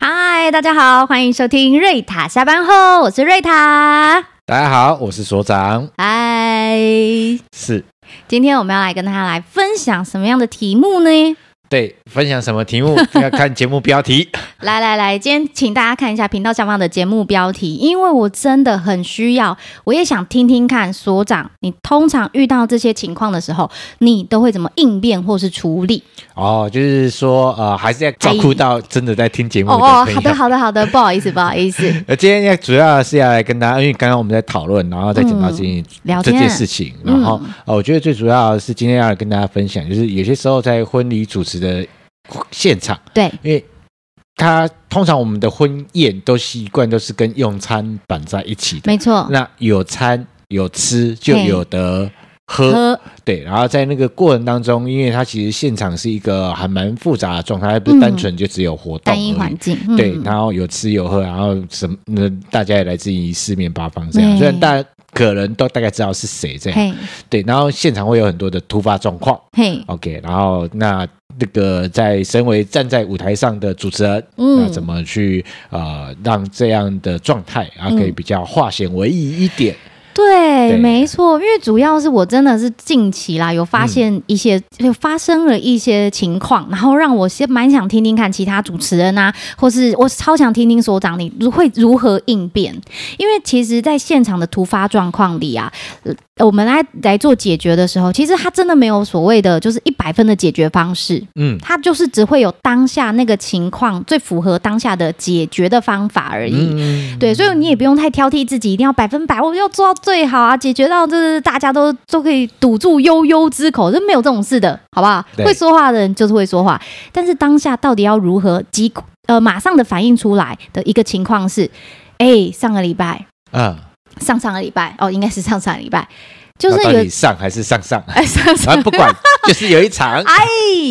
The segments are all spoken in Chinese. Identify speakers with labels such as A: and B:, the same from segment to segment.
A: 嗨，大家好，欢迎收听瑞塔下班后，我是瑞塔。
B: 大家好，我是所长，
A: 嗨，
B: 是
A: 今天我们要来跟大家来分享什么样的题目呢？
B: 对分享什么题 目要看节目标题。
A: 来来来，今天请大家看一下频道下方的节目标题，因为我真的很需要，我也想听听看所长，你通常遇到这些情况的时候，你都会怎么应变或是处理？
B: 哦，就是说呃，还是要照顾到真的在听节目
A: 哦
B: 的
A: 哦，
B: 朋
A: 好的
B: 友。
A: 好的好的，不好意思不好意 思，
B: 呃，今天要主要是要来跟大家，因为刚刚我们在讨论，然后再讲到这件、
A: 聊
B: 这
A: 天
B: 件事情，然后、呃，我觉得最主要是今天要来跟大家分享，就是有些时候在婚礼主持的现场，
A: 对，
B: 因为他通常我们的婚宴都习惯都是跟用餐绑在一起的，
A: 没错，
B: 那有餐有吃就
A: 嘿
B: 有得喝，
A: 喝
B: 对，然后在那个过程当中，因为它其实现场是一个还蛮复杂的状态，它不是单纯就只有活
A: 嗯
B: 动而
A: 单
B: 已。
A: 一环境，嗯
B: 对，然后有吃有喝，然后什么，那大家也来自于四面八方这样，
A: 对
B: 虽然大家可能都大概知道是谁这样，
A: 嘿
B: 对，然后现场会有很多的突发状况
A: 嘿，
B: ，OK，然后那那个在身为站在舞台上的主持人，
A: 嗯
B: 哦那怎么去呃让这样的状态啊可
A: 嗯
B: 以比较化险为夷一点？
A: 对，
B: 对
A: 没错，因为主要是我真的是近期啦，有发现一些、就发生了一些情况，然后让我先蛮想听听看其他主持人啊，或是我超想听听所长你如会如何应变，因为其实，在现场的突发状况里啊，呃我们来来做解决的时候，其实它真的没有所谓的就是一百分的解决方式，
B: 嗯，
A: 它就是只会有当下那个情况最符合当下的解决的方法而已。
B: 嗯
A: 对，所以你也不用太挑剔自己，一定要百分百，我要做到最好啊，解决到就是大家都都可以堵住悠悠之口，这没有这种事的，好不好？
B: 对
A: 会说话的人就是会说话，但是当下到底要如何即呃马上的反应出来的一个情况是，哎，上个礼拜，
B: 啊，
A: 上上个礼拜，哦，应该是上上个礼拜，就
B: 就是到
A: 有
B: 底上还是上上？
A: 哎上上
B: 啊，不管，就是有一场，
A: 哎，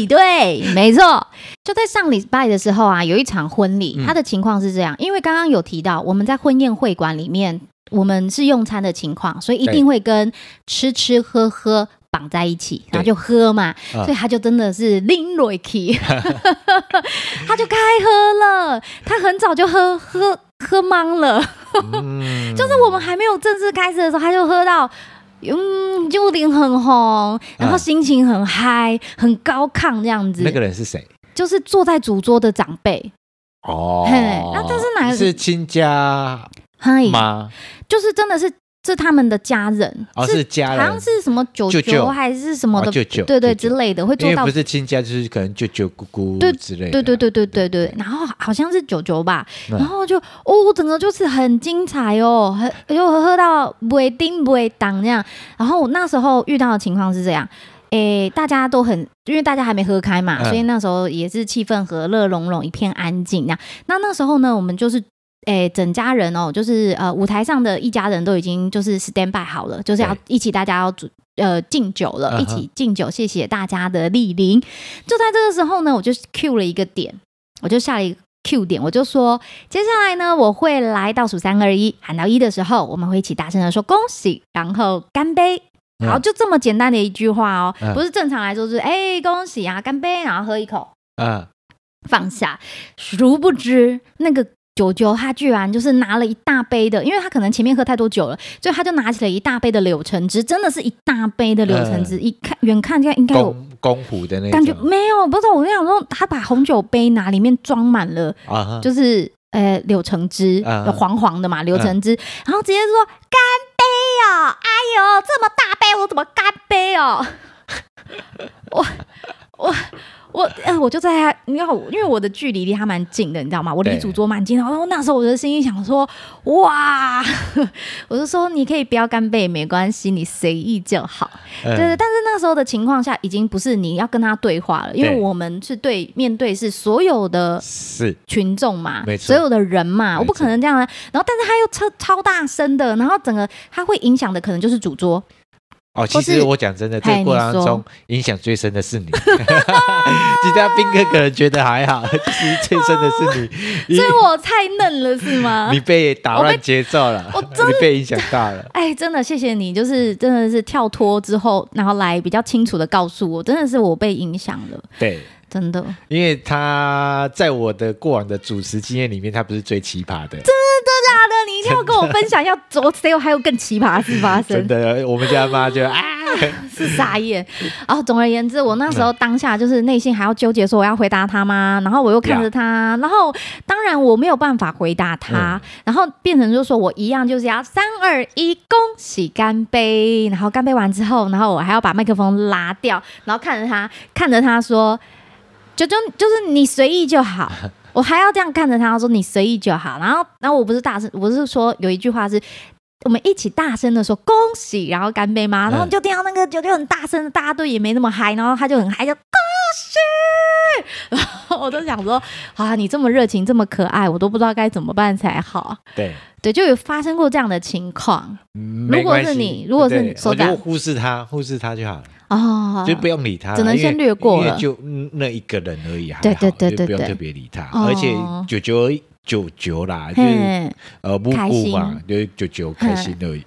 A: 对，没错，就在上礼拜的时候啊，有一场婚礼，他的情况是这样，因为刚刚有提到我们在婚宴会馆里面，我们是用餐的情况，所以一定会跟吃吃喝喝。绑在一起，然后就喝嘛，
B: 嗯
A: 所以他就真的是拎 r o 他就开喝了，他很早就喝喝喝懵了，
B: 嗯，
A: 就是我们还没有正式开始的时候，他就喝到。嗯，就脸很红，然后心情很嗨、很高亢这样子，
B: 那个人是谁？
A: 就是坐在主桌的长辈，
B: 哦
A: 嘿，那这是哪个
B: 是亲家
A: 嗨，
B: 吗？
A: 就是真的是是他们的家人，
B: 哦，是家
A: 好
B: 人，
A: 像是什么舅
B: 舅舅
A: 还是什么的，
B: 哦舅舅
A: 对对
B: 舅
A: 之
B: 舅
A: 类的，会
B: 因
A: 坐
B: 为
A: 到
B: 不是亲家，就是可能舅舅、姑姑
A: 对
B: 之类的。
A: 对对对对对对，然后好像是九九吧，
B: 嗯
A: 然后就哦，我整个就是很精彩哦，很就喝到尾丁尾当这样。然后我那时候遇到的情况是这样，诶，大家都很，因为大家还没喝开嘛，
B: 嗯
A: 所以那时候也是气氛和乐融融，一片安静那样。那那时候呢，我们就是。诶，整家人哦，就是呃，舞台上的一家人都已经就是 stand by 好了，就是要
B: 对
A: 一起大家要煮呃敬酒了，
B: 嗯哼
A: 一起敬酒，谢谢大家的莅临。就在这个时候呢，我就 Q 了一个点，我就下了一个 Q 点，我就说，接下来呢，我会来倒数三二一，喊到一的时候，我们会一起大声的说恭喜，然后干杯。
B: 嗯
A: 好，就这么简单的一句话哦，
B: 嗯
A: 不是正常来说是哎、恭喜啊，干杯，然后喝一口
B: 嗯，
A: 放下。殊不知那个九九他居然就是拿了一大杯的，因为他可能前面喝太多酒了，所以他就拿起了一大杯的柳橙汁，真的是一大杯的柳橙汁，一看远看应该应该有
B: 公公虎的那
A: 感觉
B: 种
A: 没有，不是我跟你讲说，他把红酒杯拿里面装满了，
B: 啊哈，
A: 就是呃柳橙汁，
B: 嗯
A: 有黄黄的嘛，柳橙汁，然后直接说干杯哦，哎呦，这么大杯我怎么干杯哦？ 我我。我呃，我就在他，你看我，因为我的距离离他蛮近的，你知道吗？我离
B: 对
A: 主桌蛮近的。然后那时候我的心里想说，哇， 我就说你可以不要干杯也没关系，你随意就好。
B: 嗯
A: 对对，但是那时候的情况下，已经不是你要跟他对话了，因为
B: 对
A: 我们是对面对是所有的
B: 是
A: 群众嘛
B: 没，错
A: 所有的人嘛，
B: 错
A: 我不可能这样啊。然后，但是他又超超大声的，然后整个他会影响的可能就是主桌，
B: 哦。其
A: 或是
B: 实我讲真的，这
A: 嘿
B: 个过程
A: 你
B: 当
A: 说
B: 中影响最深的是你， 其他兵哥可能觉得还好， 其实最深的是你，
A: 所以
B: 因
A: 我太嫩了是吗
B: 为 你？被打
A: 我
B: 乱
A: 被
B: 节奏了，
A: 我真
B: 你被影响大了。
A: 哎，真的谢谢你，就是真的是跳脱之后，然后来比较清楚的告诉我，真的是我被影响了。
B: 对，
A: 真的，
B: 因为他在我的过往的主持经验里面，他不是最奇葩的。
A: 大的，你一定要跟我分享，要 我谁有还有更奇葩的事发生
B: 真？的，我们家妈就啊，
A: 是傻眼。哦，总而言之，我那时候当下就是内心还要纠结，说我要回答他吗？然后我又看着他，然后当然我没有办法回答他，然后变成就是说我一样就是要三二一，恭喜干杯。然后干杯完之后，然后我还要把麦克风拉掉，然后看着他，看着他说，就就就是你随意就好。我还要这样看着他说你随意就好，然后，然后我不是大声，我是说有一句话是，我们一起大声的说恭喜，然后干杯嘛，
B: 嗯
A: 然后就听到那个酒就很大声，大家都也没那么嗨，然后他就很嗨，就恭喜。然后我都想说，啊，你这么热情，这么可爱，我都不知道该怎么办才好。
B: 对，
A: 对，就有发生过这样的情况
B: 嗯没关系
A: 如果是你如果是
B: 对
A: 首
B: 我
A: 长
B: 就忽视他，忽视他就好了，
A: 哦。
B: 就不用理他了，
A: 只能
B: 因为
A: 先略过了
B: 因为就嗯那一个人而已，还好
A: 对对对
B: 就
A: 对
B: 不用
A: 对
B: 特别理他，
A: 哦
B: 而且九九九九啦，就是
A: 嘿，
B: 呃不
A: 开
B: 不
A: 心
B: 嘛，就是九九开心而已，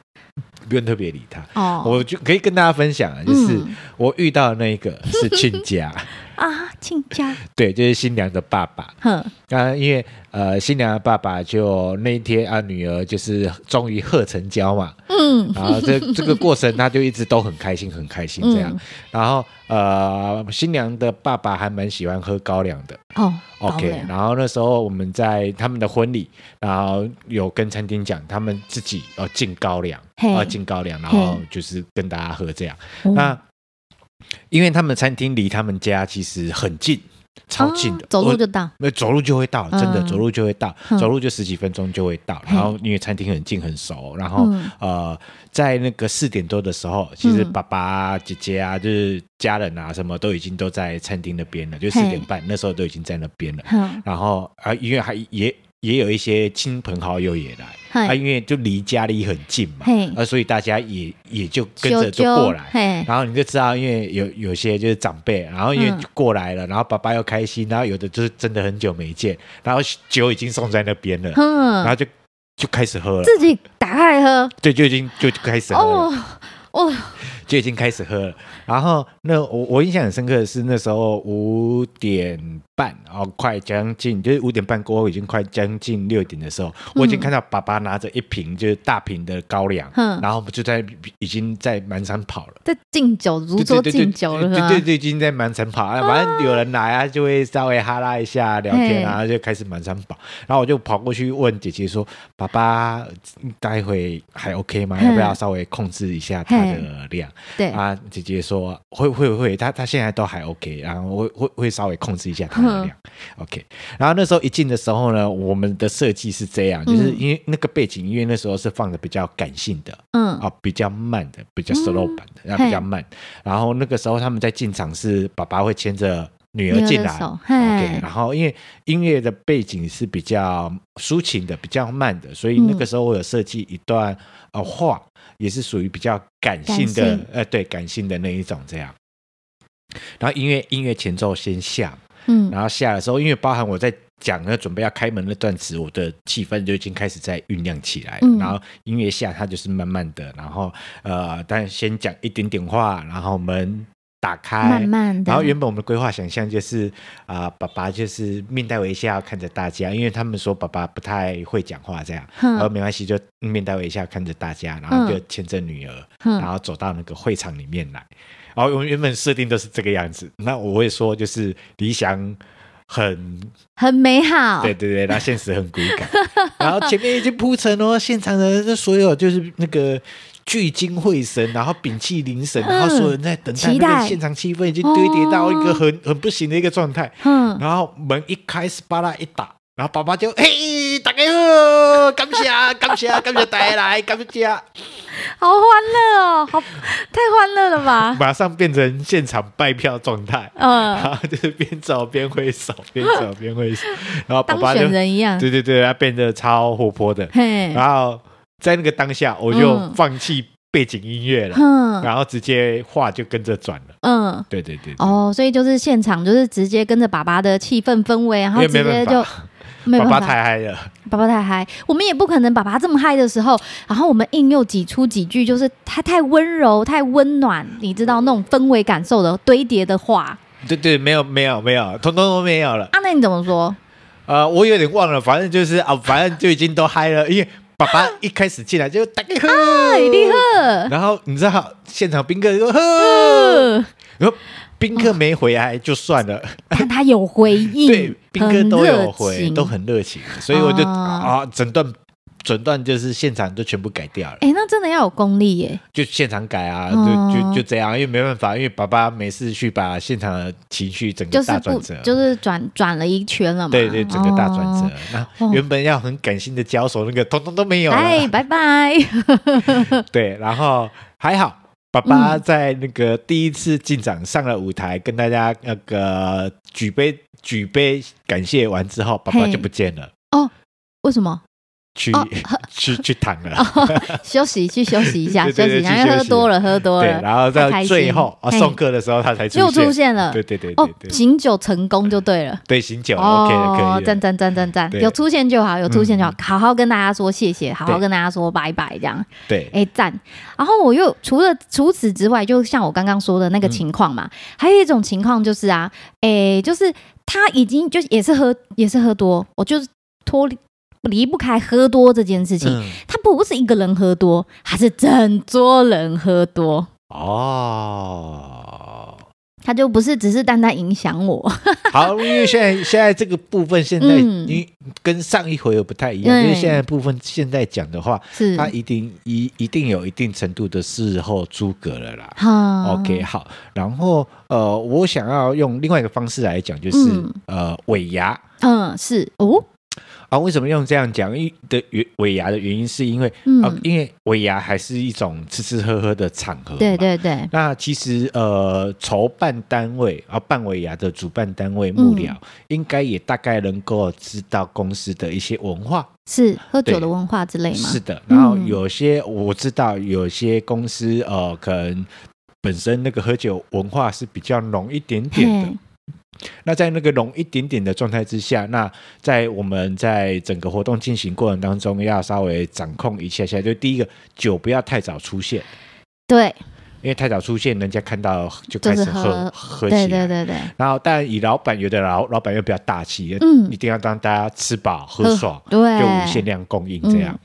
B: 不用特别理他。
A: 哦，
B: 我就可以跟大家分享啊，就是
A: 嗯
B: 我遇到的那一个是亲家，
A: 啊，亲家，
B: 对，就是新娘的爸爸。
A: 哼，
B: 啊，因为呃，新娘的爸爸就那一天啊，女儿就是终于贺成 交嘛，
A: 嗯，
B: 然后这这个过程他就一直都很开心，很开心这样。
A: 嗯
B: 然后呃，新娘的爸爸还蛮喜欢喝高粱的
A: 哦高
B: 啊，OK
A: 粱。
B: 然后那时候我们在他们的婚礼，然后有跟餐厅讲，他们自己呃进高粱，
A: 嘿
B: 呃进高粱，然后
A: 嘿
B: 就是跟大家喝这样。
A: 哦
B: 那因为他们餐厅离他们家其实很近，超近的，
A: 哦走
B: 我
A: 路就到，
B: 那走路就会到，真的、
A: 嗯
B: 走路就会到，
A: 嗯
B: 走路就十几分钟就会到。
A: 嘿
B: 然后因为餐厅很近很熟，然后、
A: 嗯
B: 呃，在那个四点多的时候，其实
A: 嗯
B: 爸爸啊、姐姐啊，就是家人啊，什么都已经都在餐厅那边了，就四
A: 嘿
B: 点半那时候都已经在那边了。
A: 哼，
B: 然后啊，因为还也也有一些亲朋好友也来，啊，
A: 嘿，
B: 因为就离家里很近嘛
A: 嘿，
B: 啊，所以大家也也就跟
A: 啾
B: 着就
A: 啾
B: 过来。
A: 嘿，
B: 然后你就知道，因为有有些就是长辈，然后因为
A: 嗯
B: 过来了，然后爸爸又开心，然后有的就是真的很久没见，然后酒已经送在那边了，然
A: 哼，
B: 后就就开始喝了，
A: 自己打开喝，
B: 对，就已经就就开始喝了，
A: 哦，哦，
B: 就已经开始喝了。然后那我我印象很深刻的是那时候五点半，然后快将近就是五点半过后，已经快将近六点的时候，我已经看到爸爸拿着一瓶就是大瓶的高粱，
A: 嗯
B: 然后我们就在已经在满山跑了。
A: 在敬酒，如
B: 对
A: 桌
B: 对对对
A: 敬酒了，
B: 对
A: 是吧
B: 对对，已经在满城跑，啊，反正有人来啊，就会稍微哈拉一下聊天啊，就开始满城跑。然后我就跑过去问姐姐说：“爸爸，待会还 OK 吗？
A: 嗯
B: 要不要稍微控制一下他的量
A: 对，
B: 啊？”姐姐说：“会会会，他他现在都还 OK，然后会会会稍微控制一下他 的量，OK。”然后那时候一进的时候呢，我们的设计是这样，就是
A: 嗯
B: 因为那个背景音乐那时候是放的比较感性的，
A: 嗯，
B: 啊，比较慢的，比较 slow 版的，那、
A: 嘿
B: 比较慢。然后那个时候他们在进场是爸爸会牵着女
A: 女
B: 儿
A: 儿
B: 进
A: 的
B: 来
A: 手
B: ，OK。
A: 嘿
B: 然后因为音乐的背景是比较抒情的，比较慢的，所以那
A: 嗯
B: 个时候我有设计一段呃话，也是属于比较感性的，
A: 感性
B: 呃，对，感性的那一种这样。然后音乐音乐前奏先下，
A: 嗯，
B: 然后下的时候，因为包含我在讲那准备要开门那段词，我的气氛就已经开始在酝酿起来了。
A: 嗯
B: 然后音乐下，它就是慢慢的，然后呃，但先讲一点点话，然后门打开，
A: 慢慢的，
B: 然后原本我们的规划想象就是啊、爸爸就是面带微笑看着大家，因为他们说爸爸不太会讲话这样，
A: 哼
B: 然后没关系，就面带微笑看着大家，然后就牵着女儿，
A: 嗯
B: 然后走到那个会场里面来。然后我们原本设定都是这个样子，那我会说就是理想很
A: 很美好，
B: 对对对，然后现实很骨感， 然后前面已经铺陈哦，现场的这所有就是那个聚精会神，然后屏气凝神，
A: 嗯
B: 然后所有人在等待
A: 期
B: 那
A: 待
B: 个现场气氛已经堆叠到一个很、很不行的一个状态，
A: 哦嗯，
B: 然后门一开，斯巴拉一打。然后爸爸就 嘿，大家好，感谢感谢感谢大家来，感谢，
A: 好欢乐哦，好，太欢乐了 吧，
B: 马上变成现场拜票状态，
A: 嗯，
B: 然后 就是边走边 挥手，边走边挥手，然后爸
A: 当
B: 爸就
A: 选人一样，
B: 对对对，他变得超活泼的，
A: 嘿，
B: 然后在那个当下，我就
A: 嗯
B: 放弃背景音乐了，
A: 哼，
B: 然后直接话就跟着转了。
A: 嗯。
B: 对对对，对，
A: 哦，所以就是现场就是直接跟着爸爸的气氛氛围，然后
B: 因为
A: 直
B: 哎没
A: 接
B: 办
A: 就
B: 法，
A: 没有
B: 爸
A: 办
B: 爸
A: 法，
B: 太嗨了，
A: 爸爸太嗨，我们也不可能爸爸这么嗨的时候，然后我们硬又挤出几句，就是他太温柔、太温暖，你知道那种氛围感受的堆叠的话，
B: 对对，没有没有没有，通通都没有了。
A: 啊，那你怎么说？
B: 呃，我有点忘了，反正就是啊，反正就已经都嗨了，因为爸爸一开始进来就打开喝，
A: 哎，厉害！
B: 然后你知道现场宾客就呵，
A: 呃
B: 然后宾客没回来就算了，
A: 但他有回应，
B: 对，宾客都有
A: 很
B: 回，
A: 热情
B: 都。很热情，所以我就
A: 啊
B: 啊，整段整段就是现场就全部改掉了，
A: 哎，那真的要有功力耶！
B: 就现场改啊，
A: 哦
B: 就就就这样，因为没办法，因为爸爸没事去把现场的情绪整
A: 就
B: 个
A: 是
B: 大
A: 不
B: 转折，
A: 就是转转了一圈了嘛？
B: 对对，整个大转折
A: 哦。。
B: 那、原本要很感性的交手，那个通通都没有啊了。
A: 哎，拜拜！
B: 对，然后还好，爸爸在那个第一次进场上了舞台，跟大家那个举杯举杯感谢完之后，爸爸
A: 嘿
B: 就不见了，
A: 为什么？
B: 去、
A: 哦
B: 去去躺了。
A: 休息，去休息一下，
B: 对
A: 休
B: 对
A: 息一
B: 对
A: 下，
B: 去
A: 因为
B: 休
A: 喝
B: 息
A: 多了，喝多
B: 对，
A: 了，
B: 然后
A: 太开
B: 在
A: 心
B: 最后啊
A: 嘿
B: 送客的时候，他才出
A: 又出
B: 现。
A: 现了。
B: 对对对
A: 哦
B: 对，对，
A: 醒酒成功就对了。
B: 对醒酒、OK 的可以
A: 哦，
B: 的
A: 赞赞赞赞赞，
B: 对
A: 有出现就好，有出现就好
B: 嗯，
A: 好好跟大家说谢谢，好好
B: 对
A: 跟大家说拜拜，这样，
B: 对
A: 哎赞。然后我又除了除此之外，就像我刚刚说的那个
B: 嗯
A: 情况嘛，还有一种情况就是啊，哎，就是他已经就也是喝也是喝多，我就是脱离离不开喝多这件事情，
B: 嗯
A: 他不是一个人喝多，他是整桌人喝多。
B: 哦。
A: 他就不是只是单单影响我，
B: 好，因为现在 现在这个部分现在
A: 嗯
B: 你跟上一回又不太一样，
A: 对嗯
B: 因为现在部分现在讲的话，
A: 是
B: 它一定一一定有一定程度的事后诸葛了啦。
A: 哈
B: OK，好，然后呃，我想要用另外一个方式来讲，就是、
A: 嗯
B: 呃尾牙
A: 嗯，是哦，
B: 啊，为什么用这样讲？因的原尾牙的原因是因为、
A: 嗯
B: 啊，因为尾牙还是一种吃吃喝喝的场合，
A: 对。对对，
B: 那其实呃，筹办单位啊，办尾牙的主办单位幕
A: 嗯
B: 僚，应该也大概能够知道公司的一些文化。
A: 是喝酒
B: 对
A: 的文化之类吗？
B: 是的，然后
A: 嗯
B: 有些、我知道，有些公司呃，可能本身那个喝酒文化是比较浓一点点的
A: 嘿。，
B: 那在那个浓一点点的状态之下，那在我们在整个活动进行过程当中，要稍微掌控一下下。就第一个，酒不要太早出现。
A: 对
B: 因为太早出现，人家看到就开
A: 就是
B: 始喝
A: 喝
B: 喝起来，
A: 对对对对，
B: 然后，但以老板有的老老板又比较大气，
A: 嗯
B: 一定要让大家吃饱喝爽，
A: 对，嗯
B: 就无限量供应这样。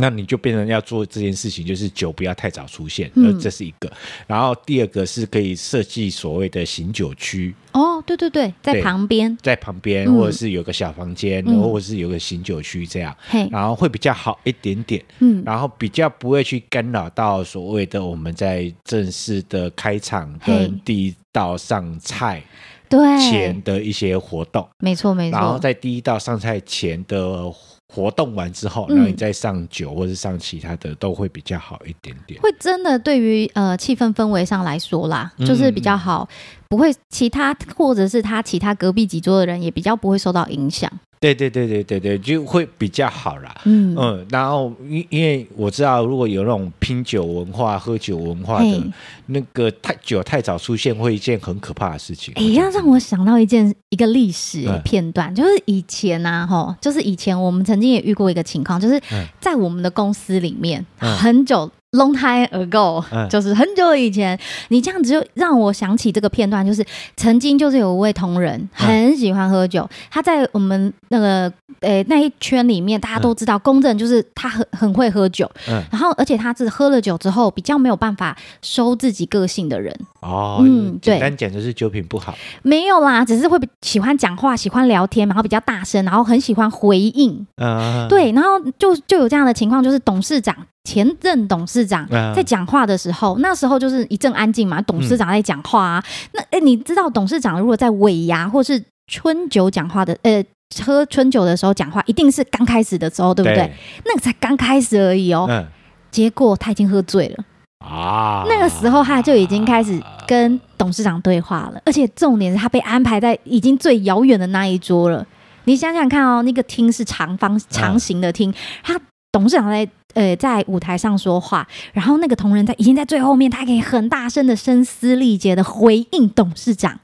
B: 那你就变成要做这件事情，就是酒不要太早出现，
A: 嗯
B: 呃这是一个。然后第二个是可以设计所谓的醒酒区，
A: 哦，对对对，在
B: 对
A: 旁边，
B: 在旁边
A: 嗯
B: 或者是有个小房间，
A: 嗯
B: 或者是有个醒酒区这样，
A: 嘿，
B: 然后会比较好一点点。
A: 嗯，
B: 然后比较不会去干扰到所谓的我们在正式的开场
A: 嘿
B: 跟第一道上菜前
A: 对，
B: 的一些活动。
A: 没错没
B: 然后
A: 错，
B: 在第一道上菜前的活动完之后，
A: 嗯
B: 然后你再上酒或是上其他的，都会比较好一点点。
A: 会真的对于呃气氛氛围上来说啦，
B: 嗯
A: 就是比较好，不会其他或者是他其他隔壁几桌的人也比较不会受到影响，
B: 对对对对对对，就会比较好啦。
A: 嗯，
B: 嗯，然后因因为我知道，如果有那种拼酒文化、喝酒文化的
A: 嘿，
B: 那个太酒太早出现，会一件很可怕的事情。
A: 哎，要让我想到一件一个历史
B: 嗯
A: 片段，就是以前啊，吼，就是以前我们曾经也遇过一个情况，就是
B: 嗯
A: 在我们的公司里面，
B: 嗯
A: 很久 long time ago，、
B: 嗯
A: 就是很久以前，你这样子就让我想起这个片段，就是曾经就是有一位同仁
B: 嗯
A: 很喜欢喝酒，他在我们那个诶那一圈里面，大家都知道，公正就是他很很会喝酒，
B: 嗯
A: 然后而且他是喝了酒之后比较没有办法收自己个性的人，
B: 哦，
A: 嗯对
B: 简单讲就是酒品不好。
A: 没有啦，只是会比喜欢讲话，喜欢聊天，然后比较大声，然后很喜欢回应。
B: 嗯，
A: 对，然后就就有这样的情况，就是董事长前任董事长
B: 嗯
A: 在讲话的时候，那时候就是一阵安静嘛，董事长在讲话啊。那哎，你知道董事长如果在尾牙或是春酒讲话的，呃。喝春酒的时候讲话，一定是刚开始的时候，对不对？
B: 对？
A: 那个才刚开始而已哦。
B: 嗯
A: 结果他已经喝醉了，
B: 啊，
A: 哦那个时候他就已经开始跟董事长对话了，而且重点是他被安排在已经最遥远的那一桌了。你想想看哦，那个厅是长方长形的厅，他董事长在呃在舞台上说话，然后那个同仁在已经在最后面，他可以很大声的声嘶力竭的回应董事长。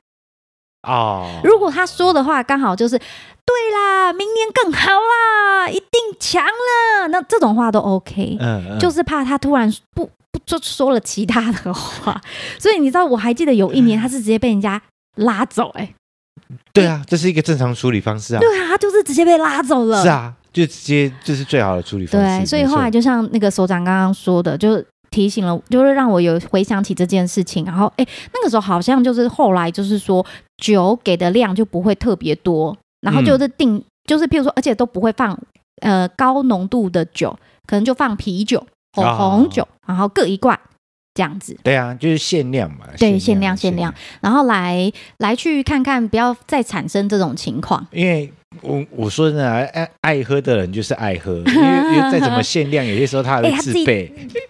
B: 哦，
A: 如果他说的话刚好就是对啦，明年更好啦，一定强了，那这种话都 OK。
B: 嗯嗯
A: 就是怕他突然
B: 嗯
A: 不不就说了其他的话，所以你知道，我还记得有一年他是直接被人家拉走、欸，哎，
B: 对啊，这是一个正常处理方式啊，
A: 对啊，他就是直接被拉走了，
B: 是啊，就直接这是最好的处理方式。
A: 对，所以
B: 没错
A: 后来就像那个首长刚刚说的，就提醒了，就是让我有回想起这件事情。然后，哎，那个时候好像就是后来就是说酒给的量就不会特别多，然后
B: 嗯
A: 就是定、就是譬如说，而且都不会放呃高浓度的酒，可能就放啤酒、红
B: 啊
A: 红酒，然后各一罐这样子。
B: 对啊，就是限量嘛，
A: 对限量
B: 量
A: 限量，然后来来去看看，不要再产生这种情况。
B: 因为我我说真的啊，爱爱喝的人就是爱 喝，因为因为再怎么限量，有些时候他还
A: 哎
B: 会
A: 他
B: 自
A: 自己
B: 备。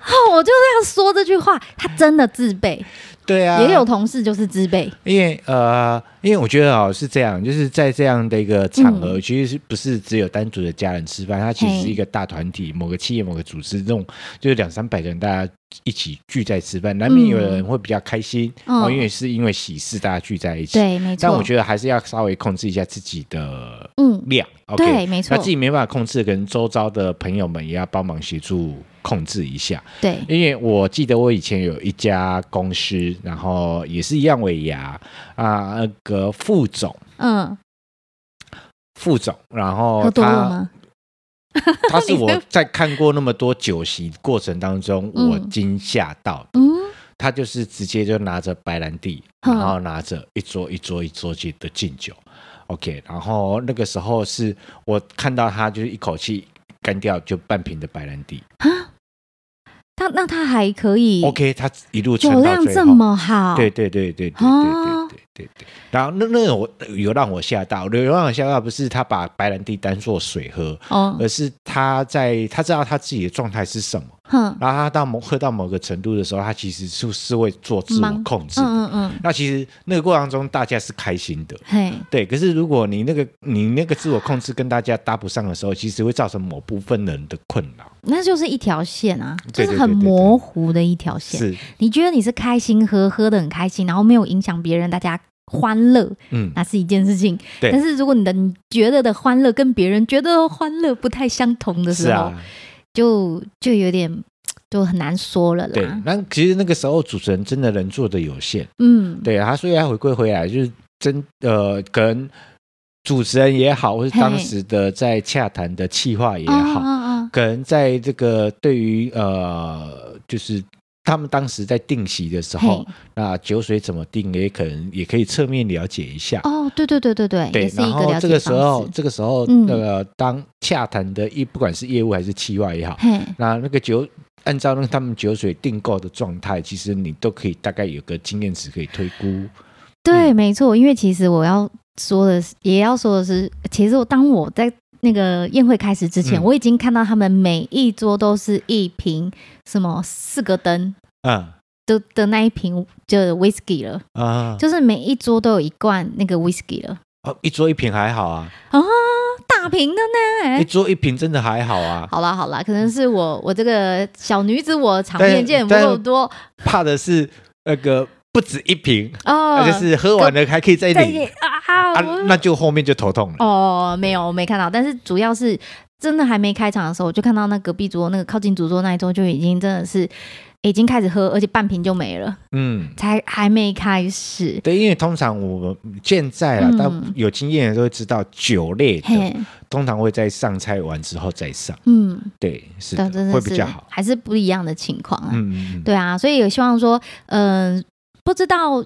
A: 哦，我就这样说这句话，他真的自卑，
B: 对啊，
A: 也有同事就是自卑。
B: 因为呃，因为我觉得哦是这样，就是在这样的一个场
A: 嗯
B: 合，其实是不是只有单独的家人吃饭，它其实是一个大团体，某个企业、某个组织这种，就是两三百个人大家一起聚在吃饭，难免有人会比较开心，
A: 嗯
B: 哦，因为是因为喜事大家聚在一起。
A: 对，没错。
B: 但我觉得还是要稍微控制一下自己的
A: 嗯，
B: 量。OK，
A: 对，没
B: 那
A: 错
B: 自，己没办法控制，可能周遭的朋友们也要帮忙协助控制一下。
A: 对，
B: 因为我记得我以前有一家公司，然后也是一样尾牙啊、那个副总，
A: 嗯，
B: 副总，然后
A: 喝多了
B: 他
A: 吗？
B: 他 是
A: 你
B: 我
A: 是
B: 在看过那么多酒席过程当中，
A: 嗯
B: 我惊吓到的
A: 嗯，
B: 他就是直接就拿着白兰地，
A: 嗯
B: 然后拿着一桌一桌一桌去的敬酒，OK，然后那个时候是我看到他就是一口气干掉就半瓶的白兰地
A: 他那他还可以
B: ，OK，他一路撑
A: 酒
B: 到
A: 量
B: 最
A: 这
B: 后。
A: 么好，
B: 对，对对对对对对
A: 哦
B: 对对对。然后那那个我有让我吓到，有让我吓到，不是他把白兰地当做水喝，
A: 哦，
B: 而是他在他知道他自己的状态是什么，
A: 哼，
B: 然后他到某喝到某个程度的时候，他其实是是会做自我
A: 忙
B: 控制的。
A: 嗯嗯嗯，
B: 那其实那个过程中大家是开心的。
A: 嘿，
B: 对，可是如果你那个你那个自我控制跟大家搭不上的时候，其实会造成某部分人的困扰。
A: 那就是一条线啊，
B: 对
A: 就
B: 对
A: 是很
B: 对对对
A: 模糊的一条线。
B: 是，
A: 你觉得你是开心喝，喝的很开心，然后没有影响别人，大家。欢乐
B: 嗯，
A: 那是一件事情，
B: 对
A: 但是如果你的你觉得的欢乐跟别人觉得的欢乐不太相同的
B: 是
A: 时候，
B: 啊，
A: 就就有点就很难说了
B: 对
A: 啦。。
B: 那其实那个时候主持人真的能做的有限，
A: 嗯，
B: 对啊他，所以他回归回来就是真呃，可能主持人也好，或是当
A: 嘿
B: 时的在洽谈的企划也
A: 啊
B: 好，
A: 啊啊，
B: 可能在这个对于呃，就是他们当时在定席的时候
A: 嘿，
B: 那酒水怎么定，也可能也可以侧面了解一下。
A: 哦，对对对对对，也
B: 对，
A: 是
B: 然
A: 一个
B: 后
A: 了
B: 这
A: 解
B: 个
A: 方
B: 时候，
A: 式。
B: 这个时候，
A: 嗯
B: 那个当洽谈的业，不管是业务还是企划也好，
A: 嘿，
B: 那那个酒，按照那个他们酒水订购的状态，其实你都可以大概有个经验值可以推估。
A: 对，
B: 嗯
A: 没错，因为其实我要说的是，也要说的是，其实我当我在那个宴会开始之前，
B: 嗯
A: 我已经看到他们每一桌都是一瓶什么四个灯
B: 嗯
A: 的的那一瓶就是 whisky 了，
B: 啊，
A: 就是每一桌都有一罐那个 whisky 了，
B: 哦一桌一瓶还好啊，
A: 哦大瓶的呢。
B: 一桌一瓶真的还好啊。
A: 好啦好啦，可能是我我这个小女子我场
B: 但
A: 面见不
B: 但
A: 够多
B: 怕的是那个不止一瓶，
A: 哦，
B: 而且是喝完了还可以再
A: 再
B: 领
A: 啊，
B: 啊
A: 我，
B: 那就后面就头痛了。
A: 哦，没有，我没看到，但是主要是真的还没开场的时候，我就看到那隔壁桌那个靠近主桌那一桌就已经真的是已经开始喝，而且半瓶就没了，
B: 嗯，
A: 才还没开始。
B: 对，因为通常我们现在啊，
A: 嗯
B: 当有经验的都会知道，酒类的
A: 嘿，
B: 通常会在上菜完之后再上，
A: 嗯，
B: 对，是
A: 但
B: 的
A: 真的是
B: 会比较好。
A: 还是不一样的情况啊。
B: 嗯，嗯嗯
A: 对啊，所以也希望说，嗯、不知道。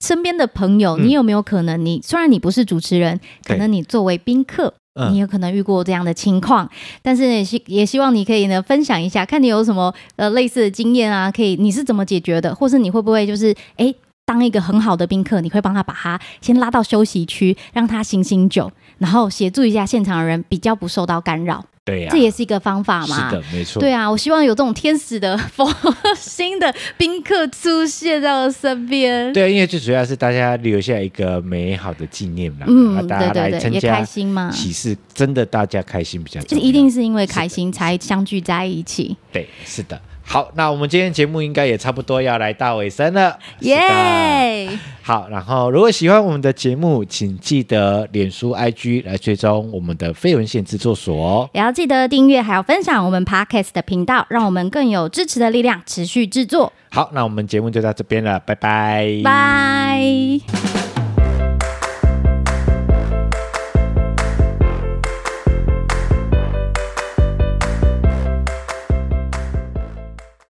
A: 身边的朋友，
B: 嗯
A: 你有没有可能你？虽然你不是主持人，可能你作为宾客，你
B: 嗯，
A: 有可能遇过这样的情况，但是也希也希望你可以呢分享一下，看你有什么呃类似的经验啊，可以你是怎么解决的，或是你会不会就是哎。诶当一个很好的宾客，你会帮他把他先拉到休息区，让他醒醒酒，然后协助一下现场的人，比较不受到干扰，
B: 对呀，啊
A: 这也是一个方法嘛。
B: 是的，没错。
A: 对啊，我希望有这种天使的 佛心的宾客出现在我身 边。
B: 对，因啊为最主要是大家留下一个美好的纪念啦，
A: 嗯，
B: 那大家
A: 对
B: 来
A: 对
B: 参
A: 对，也开
B: 加
A: 心嘛，
B: 喜事，真的大家开心比较
A: 就
B: 重
A: 是
B: 要。
A: 一定是因为开
B: 是的
A: 心才相聚在一起。
B: 对，是的。好，那我们今天节目应该也差不多要来到尾声了，是的
A: 耶、
B: 好，然后如果喜欢我们的节目，请记得脸书、IG 来追踪我们的非文献制作所哦。
A: 也要记得订阅还有分享我们 Podcast 的频道，让我们更有支持的力量，持续制作。
B: 好，那我们节目就到这边了，拜拜，
A: 拜。